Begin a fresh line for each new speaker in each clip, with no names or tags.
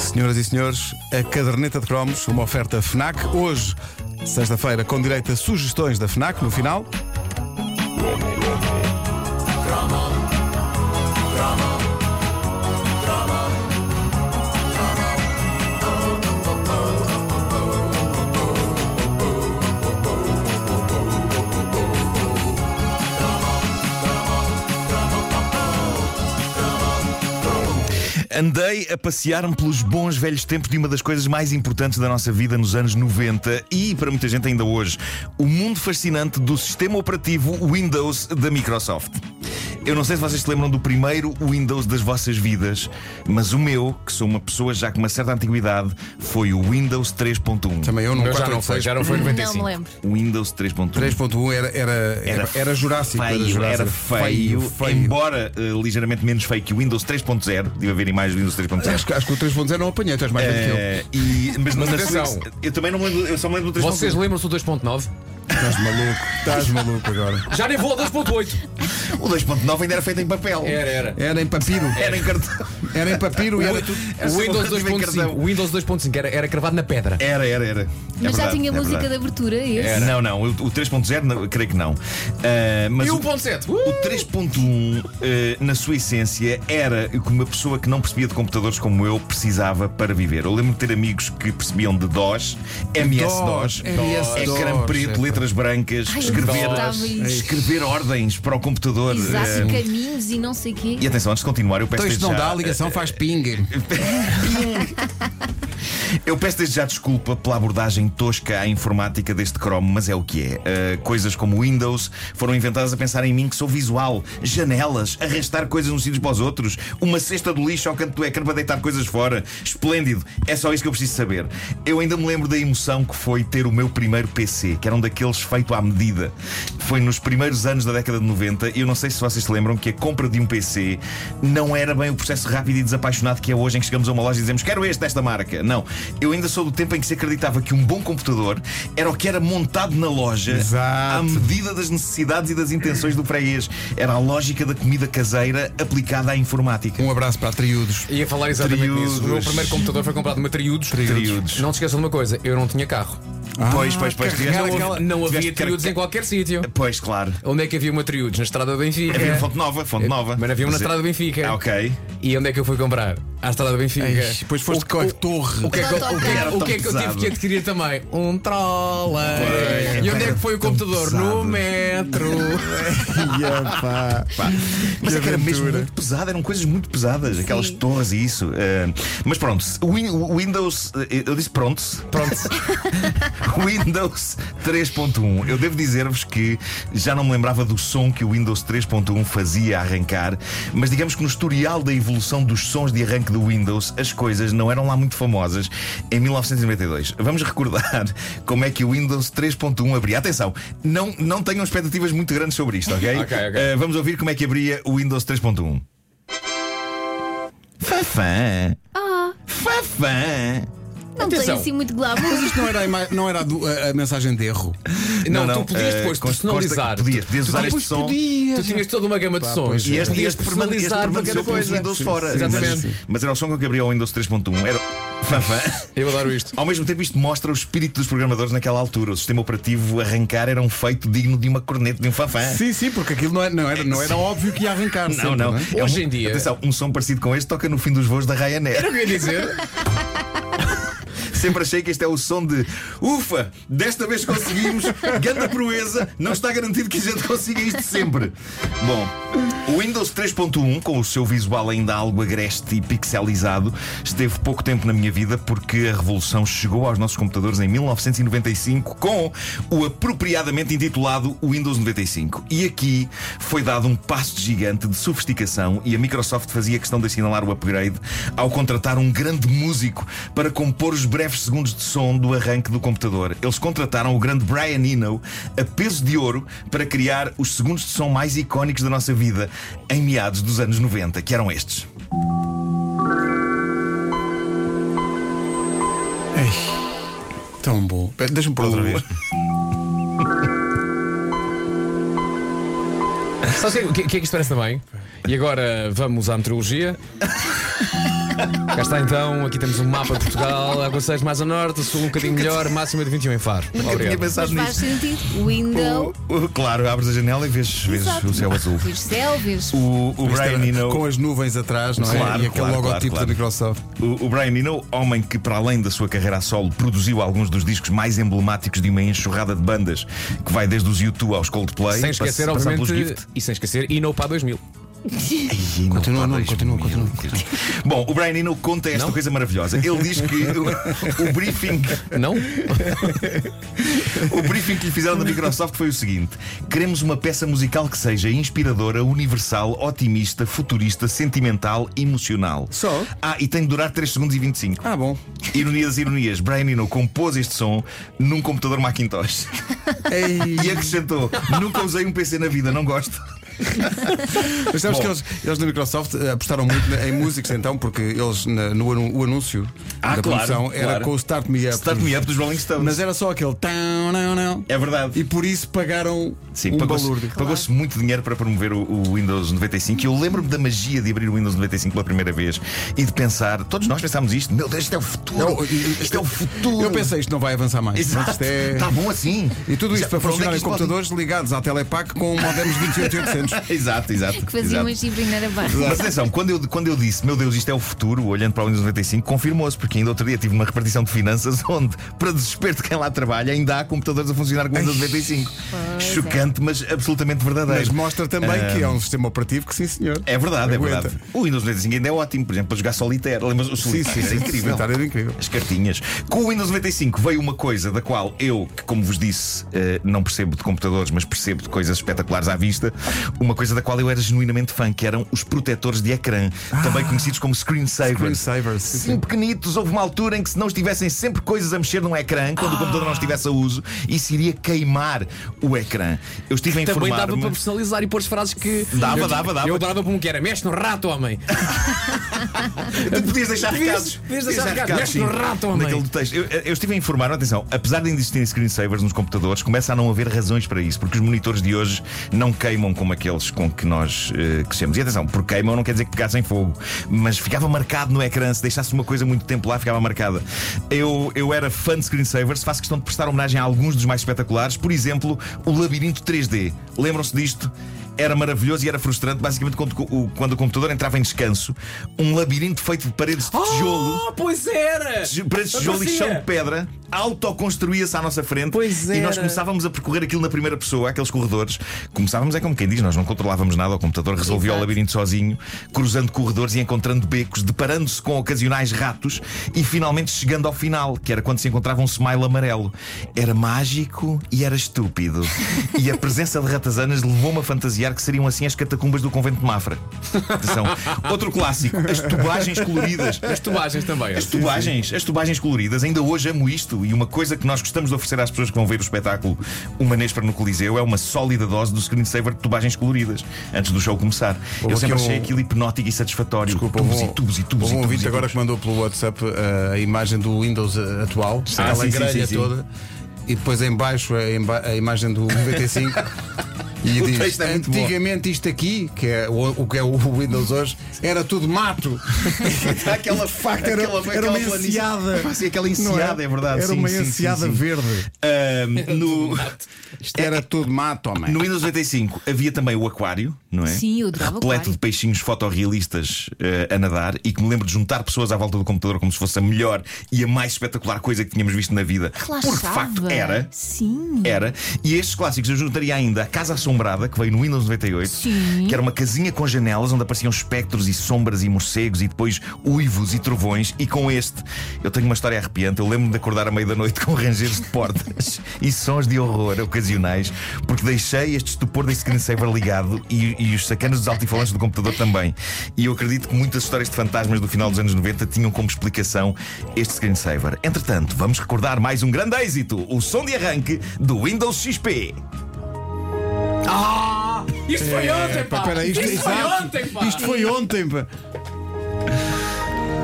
Senhoras e senhores, a caderneta de cromos, uma oferta FNAC. Hoje, sexta-feira, com direito a sugestões da FNAC no final.
Andei a passear-me pelos bons velhos tempos de uma das coisas mais importantes da nossa vida nos anos 90 e, para muita gente ainda hoje, o mundo fascinante do sistema operativo Windows da Microsoft. Eu não sei se vocês se lembram do primeiro Windows das vossas vidas, mas o meu, que sou uma pessoa já com uma certa antiguidade, foi o Windows 3.1.
Também eu não
Mas já não foi, já não foi em
Não é.
95.
me lembro.
É Windows 3.1.
3.1 era, era, era, era Jurássico.
Feio,
Jurássico.
era feio, embora eh, ligeiramente menos feio que o Windows 3.0. Deve haver imagens do Windows 3.0.
Acho, que- acho que o 3.0 não apanhei, tu és mais velho que
É.
eu.
Eh, e- mas
Mas
na
atenção.
sua- eu também não me lembro, eu só me lembro do 3.1.
Vocês lembram-se do 2.9?
Estás maluco, estás maluco agora.
Já nem vou ao 2.8.
O 2.9 ainda era feito em papel.
Era, era.
Era em papiro.
Era em cartão.
Era em papiro e era tudo.
Era
O Windows
sempre em
2.5.
cartão.
O Windows 2.5 era, era cravado na pedra.
Era, era, era. É
Mas já tinha música de abertura, esse?
Era. Não, não, o o 3.0 não- creio que não. Ah, mas
E o
o,
1.7?
o 3.1, eh, na sua essência, era o que uma pessoa que não percebia de computadores como eu precisava para viver. Eu lembro de ter amigos que percebiam de DOS, MS-DOS,
MS-DOS,
ecrã preto,
é,
letras brancas,
Ai, eu
escrever,
detestava isso.
escrever ordens para o computador.
Exato,
Ah,
caminhos e não sei o quê.
e atenção, antes de continuar, eu peço
Então isto
desde
não
já,
dá, a ligação faz ping.
Eu peço desde já desculpa pela abordagem tosca à informática deste Chrome, mas é o que é. Uh, coisas como Windows foram inventadas a pensar em mim que sou visual, janelas, arrastar coisas uns sítios para os outros, uma cesta do lixo ao canto do ecrã para deitar coisas fora. Esplêndido, é só isso que eu preciso saber. Eu ainda me lembro da emoção que foi ter o meu primeiro PC, que era um daqueles feito à medida. Foi nos primeiros anos da década de 90 e eu não sei se vocês se lembram que a compra de um PC não era bem o processo rápido e desapaixonado que é hoje em que chegamos a uma loja e dizemos quero este desta marca. Não. Eu ainda sou do tempo em que se acreditava que um bom computador era o que era montado na loja
Exato.
à medida das necessidades e das intenções do freguês. Era a lógica da comida caseira aplicada à informática.
Um abraço para a Triudos.
Ia falar exatamente
Triudos.
nisso. O meu primeiro computador foi comprado numa Triudos.
Triudos.
Não te esqueçam de uma coisa, eu não tinha carro.
pois, pois, pois.
Ah, carregar
Não,
tiveste-
aquela-
havia- não havia
tiveste que-
Triudos em qualquer sítio.
Pois, claro.
Onde é que havia uma Triudos? Na estrada de Benfica.
Havia uma fonte nova, fonte nova.
É. Mas havia uma na
Mas-
estrada de Benfica.
Ah, ok.
E onde é que eu fui comprar? À estrada de Benfica.
Ixi, Depois foste com a torre.
O que, é que, eu- o, que é que- o que é que eu tive que adquirir também? Um trolley. E onde é que foi o computador? No metro. é,
Ia, pá.
Pá, Mas é que era mesmo
aventura.
muito pesado, eram coisas muito pesadas, aquelas torres e isso. eh, mas pronto, o Win- o Windows, eh, eu disse pronto, pronto. Windows 3.1. Eu devo dizer-vos que já não me lembrava do som que o Windows 3.1 fazia a arrancar, mas digamos que no historial da evolução dos sons de arranque do Windows, as coisas não eram lá muito famosas em 1992. Vamos recordar como é que o Windows 3.1 abria. Atenção, não, não tenham expectativas muito grandes sobre isto, ok?
Ok, ok.
Eh, vamos ouvir como é que abria o Windows 3.1. Fafã!
Ah,
Fafã!
não tem
Atenção.
assim muito glamour.
Mas isto não era, a, ima- não era a, do- a- a mensagem de erro.
Não, tu podias
eh,
depois
consta- consta
personalizar.
que Podias, é. podias usar
Ah,
este
pois
som.
Tu tinhas toda uma gama de sons.
pois
E este,
Podias
este, permane este
personalizar
permaneceu
qualquer
com os
coisa.
Windows fora.
Exatamente.
Mas, mas era o som que eu abria ao Windows 3.1. Era. Fafã!
Eu adoro isto.
Ao mesmo tempo, isto mostra o espírito dos programadores naquela altura. O sistema operativo arrancar era um feito digno de uma corneta, de um fafã.
Sim, sim, porque aquilo não era, não era, não era óbvio que ia arrancar.
Não,
sempre,
não.
é?
É
Hoje
um-
em dia-
Atenção, um som parecido com este toca no fim dos voos da Ryanair.
Era o que eu ia dizer.
Sempre achei que este é o som de Ufa, desta vez conseguimos Ganda proeza, não está garantido que a gente consiga isto sempre Bom, o Windows 3.1 Com o seu visual ainda algo agreste e pixelizado Esteve pouco tempo na minha vida Porque a revolução chegou aos nossos computadores Em 1995 Com o apropriadamente intitulado Windows 95 E aqui foi dado um passo gigante de sofisticação E a Microsoft fazia questão de assinalar o upgrade Ao contratar um grande músico Para compor os breves segundos de som do arranque do computador. Eles contrataram o grande Brian Eno a peso de ouro para criar os segundos de som mais icónicos da nossa vida em meados dos anos 90, que eram estes.
Ei, tão bom. Pera, Deixa-me por outra vez.
Sabe o que, é- o que é que isto parece também? E agora vamos à meteorologia. Cá está então, aqui temos um mapa de Portugal, água 6 mais a norte, sul um bocadinho melhor, máxima de 21 em Faro.
Nunca tinha
Obrigado.
Mas
pensado
faz
nisto.
sentido. Window.
O- o- Claro, abres a janela e vês, Oh, vês
Exato.
o céu azul.
Vês céu, vês.
O, o Brian Eno,
Com as nuvens atrás, não é?
Claro,
e aquele
claro,
logotipo
claro, claro.
da Microsoft.
o, o Brian Eno, homem que, para além da sua carreira a solo, produziu alguns dos discos mais emblemáticos de uma enxurrada de bandas que vai desde os U2 aos Coldplay,
Sem esquecer,
pass- passando pelos
obviamente,
Gift.
e sem esquecer, e no para 2000.
E
Continua,
não,
Nuno,
pá, dois
continua,
mil.
continua,
Bom, o Brian Eno conta esta coisa maravilhosa. Ele diz que o, o briefing
Não?
O briefing que lhe fizeram da Microsoft foi o seguinte: queremos uma peça musical que seja inspiradora, universal, otimista, futurista, sentimental, emocional.
Só?
Ah, e tem de durar 3 segundos e 25.
Ah, bom.
Ironia das ironias, Brian Eno compôs este som num computador Macintosh e acrescentou: nunca usei um PC na vida, não gosto.
Mas sabes
Bom.
que eles, eles na Microsoft eh, apostaram muito na- em músicos então, porque eles na- no anu- o anúncio
Ah,
da
claro,
produção era
claro.
com o Start Me Up.
Start me up dos Rolling Stones.
Mas era só aquele tão, não, não.
É verdade.
E por isso pagaram
Sim,
um
pagou-se
balúrdio.
pagou-se muito dinheiro para promover o, o Windows 95 e eu lembro-me da magia de abrir o Windows 95 pela primeira vez e de pensar, todos nós pensámos isto, meu Deus, isto é o futuro,
Não,
isto é o futuro.
Eu pensei, isto não vai avançar mais.
Exato,
Isto é-
está bom assim.
E tudo isto
Já-
para
para onde é
funcionar
que
em
isto pode-
computadores ligados à Telepac com modems 28800.
Exato, exato.
Que faziam
exato.
um gibrinho na barra.
Mas atenção, quando eu, quando eu disse, meu Deus, isto é o futuro, olhando para o Windows 95, confirmou-se, porque ainda outro dia tive uma repartição de finanças onde, para desespero de quem lá trabalha, ainda há computadores a funcionar com o Windows 95.
Pois é.
Chocante, mas absolutamente verdadeiro.
Mas mostra também que é um sistema operativo que, sim, senhor.
Ehm, É verdade, é
Aguenta.
verdade. O Windows 95 ainda é ótimo, por exemplo, para jogar solitário. Lembras o
Sim, sim,
solitário? era
sim.
é incrível.
Solitário é era incrível.
As cartinhas. Com o Windows 95 veio uma coisa da qual eu, que como vos disse, eh, não percebo de computadores, mas percebo de coisas espetaculares à vista, uma coisa da qual eu era genuinamente fã, que eram os protetores de ecrã, também
Ah.
conhecidos como screensavers.
Screensavers, sim,
Sim,
sim.
pequenitos, houve uma altura em que se não estivessem sempre coisas a mexer num ecrã, quando
Ah.
o computador não estivesse a uso, isso iria queimar o ecrã. Eu estive a
Também
informar
dava para personalizar e pôr as frases que.
Dava,
eu,
dava, dava.
Eu adorava para um que era: mexe no rato, homem.
Tu podias deixar
Podias-
recados.
podias deixar recados.
sim.
Mexe no rato, homem.
Naquele do texto. Eu, eu estive a informar, atenção, apesar de existirem screensavers nos computadores, começa a não haver razões para isso, porque os monitores de hoje não queimam como aqueles com que nós eh, crescemos. E atenção, por queimam não quer dizer que pegassem fogo, mas ficava marcado no ecrã, se deixasse uma coisa muito tempo lá, ficava marcada. Eu, eu era fã de screensavers, faço questão de prestar homenagem a alguns dos mais espetaculares, por exemplo, o Labirinto 3D. Lembram-se disto? era maravilhoso e era frustrante, basicamente, quando o, quando o computador entrava em descanso, um labirinto feito de paredes de tijolo.
Oh, pois era!
tij- Paredes de tijolo é um e
Parecia.
chão de pedra autoconstruía-se à nossa frente
Pois
e nós
era.
começávamos a percorrer aquilo na primeira pessoa, aqueles corredores. Começávamos, é como quem diz, nós não controlávamos nada, o computador resolvia o
Exato.
labirinto sozinho, cruzando corredores e encontrando becos, deparando-se com ocasionais ratos e finalmente chegando ao final, que era quando se encontrava um smile amarelo. Era mágico e era estúpido. E a presença de ratazanas levou-me a fantasiar que seriam assim as catacumbas do convento de Mafra. Atenção. Outro clássico, as tubagens coloridas.
As tubagens também.
É
ó.
As tubagens, as tubagens coloridas, ainda hoje amo isto. E uma coisa que nós gostamos de oferecer às pessoas que vão ver o espetáculo Uma Nespra no Coliseu é uma sólida dose do screensaver de tubagens coloridas, antes do show começar.
Houve
Eu sempre
aqui um-
achei aquilo hipnótico e satisfatório.
Desculpa,
tubos
houve um-
e tubos e
houve
tubos e
um
tubos.
ouvinte
e
agora
tubos.
que mandou pelo WhatsApp eh, a imagem do Windows eh, atual, aquela
Ah, sim, sim,
grelha
sim, sim.
toda, e depois em baixo a, imba- a imagem do 95 e
O
diz
texto é muito bom.
antigamente isto aqui, que é o, o que é o Windows hoje, era tudo mato.
aquela,
De facto era,
aquela-
era
aquela
uma
planície-
enseada.
Ah, sim, aquela
Não
enseada, é? verdade.
Era
sim,
uma
sim, sim,
enseada
sim.
verde.
Ahm, no,
Isto era tudo mato, homem.
no Windows 85 havia também o aquário, não é?
Sim, eu adorava o
repleto
aquário.
de peixinhos fotorrealistas eh, a nadar e que me lembro de juntar pessoas à volta do computador como se fosse a melhor e a mais espetacular coisa que tínhamos visto na vida.
Relaxava.
Porque de facto era.
Sim.
Era. E estes clássicos eu juntaria ainda a Casa Assombrada, que veio no Windows 98,
Sim.
que era uma casinha com janelas onde apareciam espectros e sombras e morcegos e depois uivos e trovões. E com este, eu tenho uma história arrepiante. Eu lembro-me de acordar à meia da noite com rangeres de portas e sons de horror ocasionais, porque deixei este estupor desse screensaver ligado e, e os sacanos dos altifalantes do computador também. E eu acredito que muitas histórias de fantasmas do final dos anos 90 tinham como explicação este screensaver. Entretanto, vamos recordar mais um grande êxito: o som de arranque do Windows XP.
Ah! Isto
é,
foi ontem, pá!
Pá, pera, É, isto,
isto foi
exato.
ontem, pá!
Isto foi ontem, pá.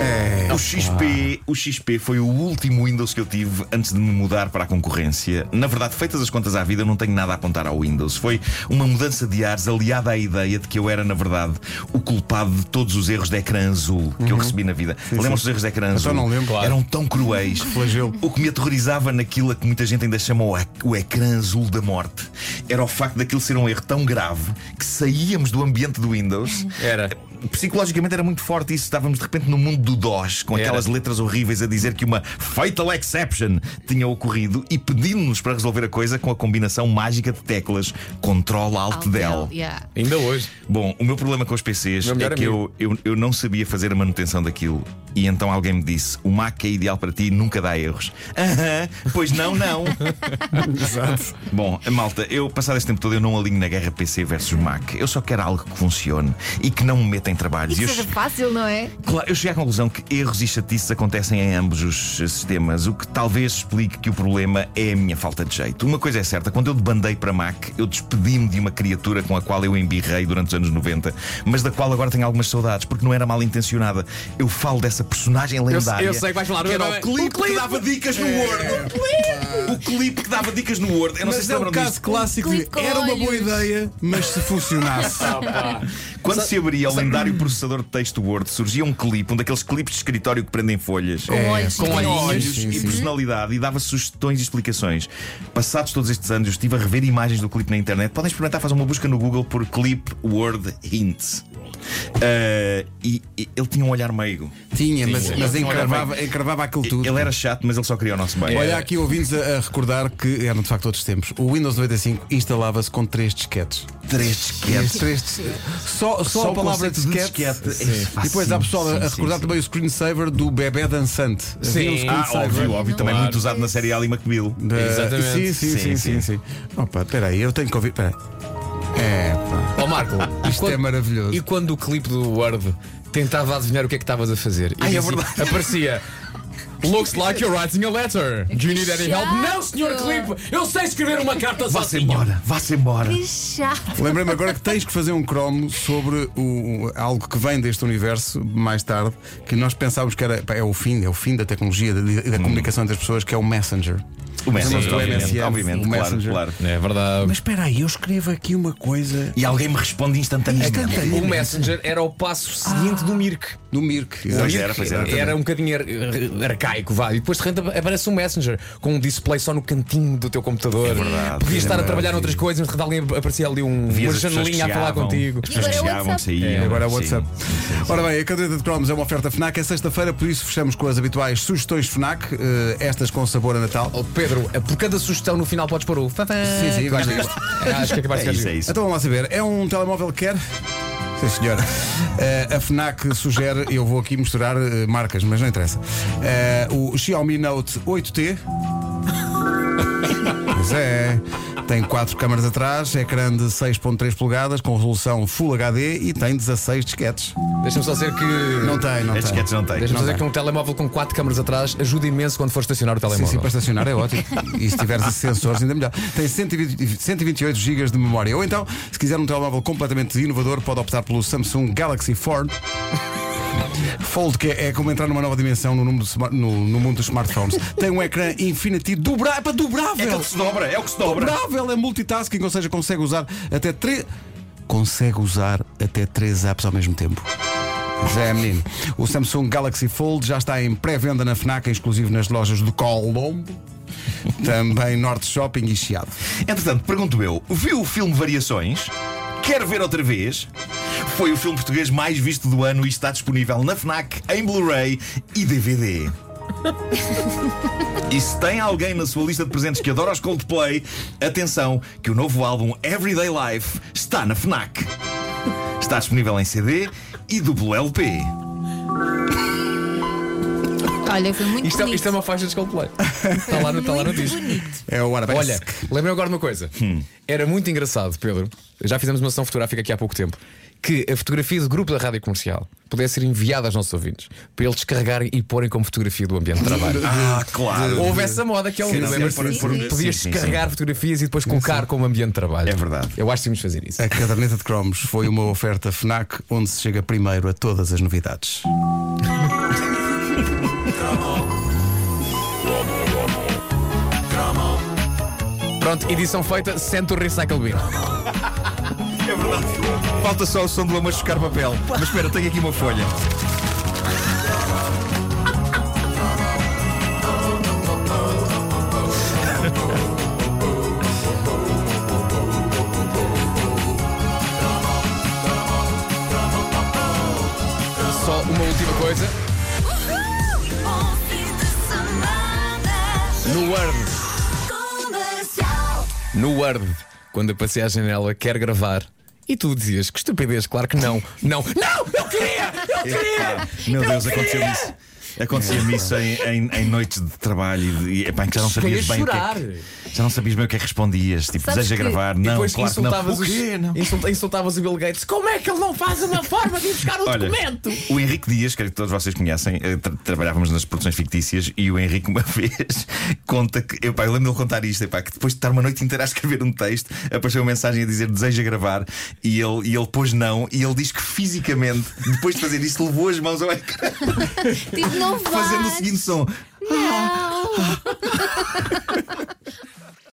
É,
O XP, o XP foi o último Windows que eu tive antes de me mudar para a concorrência. Na verdade, feitas as contas à vida, eu não tenho nada a apontar ao Windows. Foi uma mudança de ares aliada à ideia de que eu era, na verdade, o culpado de todos os erros de ecrã azul que eu
Uhum.
recebi na vida. Lembram-se dos erros de ecrã azul?
não lembro. Claro.
Eram tão cruéis.
Flagelo.
O que me aterrorizava naquilo a que muita gente ainda chama o, ac- o ecrã azul da morte era o facto daquilo ser um erro tão grave que saíamos do ambiente do Windows.
Era.
Psicologicamente era muito forte isso. Estávamos de repente no mundo do DOS, com
Era.
aquelas letras horríveis a dizer que uma fatal exception tinha ocorrido e pedindo-nos para resolver a coisa com a combinação mágica de teclas Ctrl-Alt-Del.
Yeah.
Ainda hoje.
Bom, o meu problema com os PCs
Meu
é
melhor
que eu,
amigo.
eu, eu não sabia fazer a manutenção daquilo. E então alguém me disse: o Mac é ideal para ti, nunca dá erros. Aham, pois não, não.
Exato.
Bom, malta, eu passado este tempo todo eu não alinho na guerra PC versus Mac. Eu só quero algo que funcione e que não me meta em
E
trabalhos.
que
eu,
seja
che-
fácil, não é?
claro, eu cheguei à conclusão que erros e chatices acontecem em ambos os eh, sistemas, o que talvez explique que o problema é a minha falta de jeito. Uma coisa é certa, quando eu debandei para Mac, eu despedi-me de uma criatura com a qual eu embirrei durante os anos 90, mas da qual agora tenho algumas saudades, porque não era mal intencionada. Eu falo dessa personagem lendária.
eu sei que vais falar.
Que era
Vai, vai,
o
vai.
clipe que dava dicas no Word. O clipe que dava dicas no Word. Eu não sei
Mas
se
é
lembram
um
disso.
caso clássico de
Clique
era uma boa
olhos.
ideia, mas se funcionasse.
Quando se abria o lendário processador de texto Word, surgia um clipe, um daqueles clipes de escritório que prendem folhas. É,
Com olhos.
Com
pequeninos.
olhos
sim,
e
sim.
personalidade e dava sugestões e explicações. Passados todos estes anos, eu estive a rever imagens do clipe na internet. Podem experimentar fazer uma busca no Google por clip Word Hint. Ah, e, e ele tinha um olhar meigo.
Tinha, mas, mas
Tinha um olhar
encravava, encravava aquilo tudo.
Ele é- era chato, mas ele só queria o nosso bem.
Olha aqui ouvintes a, a recordar que eram de facto outros tempos. O Windows 95 instalava-se com três disquetes.
é três disquetes.
Três dis- Só, só,
Só
a
o
palavra
conceito de disquete.
Sim.
É fácil.
E depois há pessoal a-
Sim,
a
sim,
recordar
sim.
também o screensaver do bebê dançante. Havia um
Sim.
Ah,
screensaver
óbvio, óbvio. Também
Claro.
muito usado na série Ali McBeal.
da- Sim, sim,
Exatamente.
sim, sim.
Sim,
sim, Opa, peraí, eu tenho que ouvir. Peraí. É, pá.
Ó Marco, e
Isto é maravilhoso.
E quando o clipe do Word tentava adivinhar o que é que estavas a fazer, e
Ai, é
dizia-
verdade.
aparecia. Looks like you're writing a letter. Do you need any help?
chato.
Não, senhor Clipe! Eu sei escrever uma carta
Vá-se
sozinho.
embora, vá-se embora.
Que chato.
Lembrei-me agora que tens que fazer um cromo sobre o, o- algo que vem deste universo mais tarde, que nós pensávamos que era pá, é o fim, é o fim da tecnologia da- e da, comunicação entre as pessoas, que é o Messenger.
O
Sim,
Messenger, obviamente,
obviamente,
obviamente,
o
claro,
Messenger.
claro.
É verdade.
Mas espera aí, eu escrevo aqui uma coisa
E alguém me responde instantaneamente.
O Messenger era o passo seguinte do Mirk.
do Mirk.
Pois era, pois era.
Era um bocadinho ar- ar- arcaico, vá. E depois de repente aparece um Messenger com um display só no cantinho do teu computador.
É verdade.
Podias estar a
Era
trabalhar noutras coisas, mas de repente alguém aparecia ali um,
Vias as
uma
pessoas que
janelinha a falar
chegavam,
contigo.
As pessoas que
E agora é
chegavam, que
WhatsApp.
saíam.
É, agora é o
sim.
WhatsApp. Ora bem, a caderneta de cromos é uma oferta FNAC. É sexta-feira, por isso fechamos com as habituais sugestões FNAC, eh, estas com sabor a Natal.
Oh, Pedro, por cada sugestão no final podes pôr o.
Sim, sim, gosto disto.
Acho que acabaste
É isso, é isso.
Então vamos lá saber, é um telemóvel que quer? Sim, senhora. Eh, a FNAC sugere, eu vou aqui misturar eh, marcas, mas não interessa. Eh, o Xiaomi Note 8T. Pois é. Tem quatro câmaras atrás, ecrã de 6.3 polegadas, com resolução Full HD e tem 16 disquetes.
Deixa-me só dizer que.
Não tem, não
As
tem.
disquetes não têm.
então, Deixa-me só dizer
tem.
que um telemóvel com quatro câmaras atrás ajuda imenso quando for estacionar o
Sim,
telemóvel.
sim, para estacionar é ótimo. E se tiveres esses sensores, ainda melhor. Tem 120 128 GB de memória. Ou então, se quiser um telemóvel completamente inovador, pode optar pelo Samsung Galaxy Fold. Fold, que é, é como entrar numa nova dimensão no, número de smart- no- no mundo dos smartphones. Tem um ecrã Infinity dobra, é para
É
dobrável.
aquele que se dobra, é o que se dobra.
Dobrável é multitasking, ou seja, consegue usar até três. Consegue usar até três apps ao mesmo tempo. Zé menino. O Samsung Galaxy Fold já está em pré-venda na FNAC, exclusivo nas lojas do Colombo, também Norte Shopping e Chiado.
Entretanto, pergunto eu: viu o filme Variações? Quer ver outra vez? Foi o filme português mais visto do ano e está disponível na Fnac, em Blu-ray e DVD. E se tem alguém na sua lista de presentes que adora os Coldplay, atenção que o novo álbum Everyday Life está na Fnac. Está disponível em CD e duplo LP.
Olha, foi muito
Isto, é,
bonito.
isto é uma faixa de Coldplay. Está lá no, está lá no
Muito
disco.
bonito.
É o Arabesque.
Olha, lembrei agora de uma coisa. Era muito engraçado, Pedro. Já fizemos uma sessão fotográfica aqui há pouco tempo. Que a fotografia do grupo da rádio comercial pudesse ser enviada aos nossos ouvintes para eles descarregarem e porem como fotografia do ambiente de trabalho.
Ah, claro.
Houve essa moda que é o
Sim, sim,
lembra-se?
sim, sim.
Podias
Sim, sim,
descarregar fotografias e depois colocar como ambiente de trabalho.
É verdade.
Eu acho que tínhamos de fazer isso.
A caderneta de cromos foi uma oferta FNAC onde se chega primeiro a todas as novidades.
Pronto, edição feita, sente o Recycle Bin.
É verdade. Falta só o som do lama chocar papel. Mas espera, tenho aqui uma folha.
Só uma última coisa. No Word. No Word, quando eu passei à janela, quer gravar. E tu dizias que estupidez, claro que não. Não, não, eu queria! Eu queria!
Meu Deus, aconteceu-me isso. Acontecia-me isso em, em- em noites de trabalho e, de- e epá, em que já não sabias
Cheguei
bem
a
o que, é
chorar.
que já não sabias bem o que é que respondias. Tipo,
Sabes
deseja
que-
gravar?
E
Não,
depois
claro que não.
insultavas,
O quê? Não.
Os, insult- insultavas o Bill Gates. Como é que ele não faz uma forma de ir buscar um
Olha,
documento?
o Henrique Dias, creio que todos vocês conhecem, eh, tra- trabalhávamos nas produções fictícias e o Henrique uma vez conta que. Epá, eu lembro-me de contar isto, epá, que depois de estar uma noite inteira a escrever um texto, apareceu uma mensagem a dizer deseja gravar e ele, e ele pôs não e ele diz que fisicamente, depois de fazer isso, levou as mãos ao ecrã
Tipo, não vai.
fazendo o seguinte som.
Não.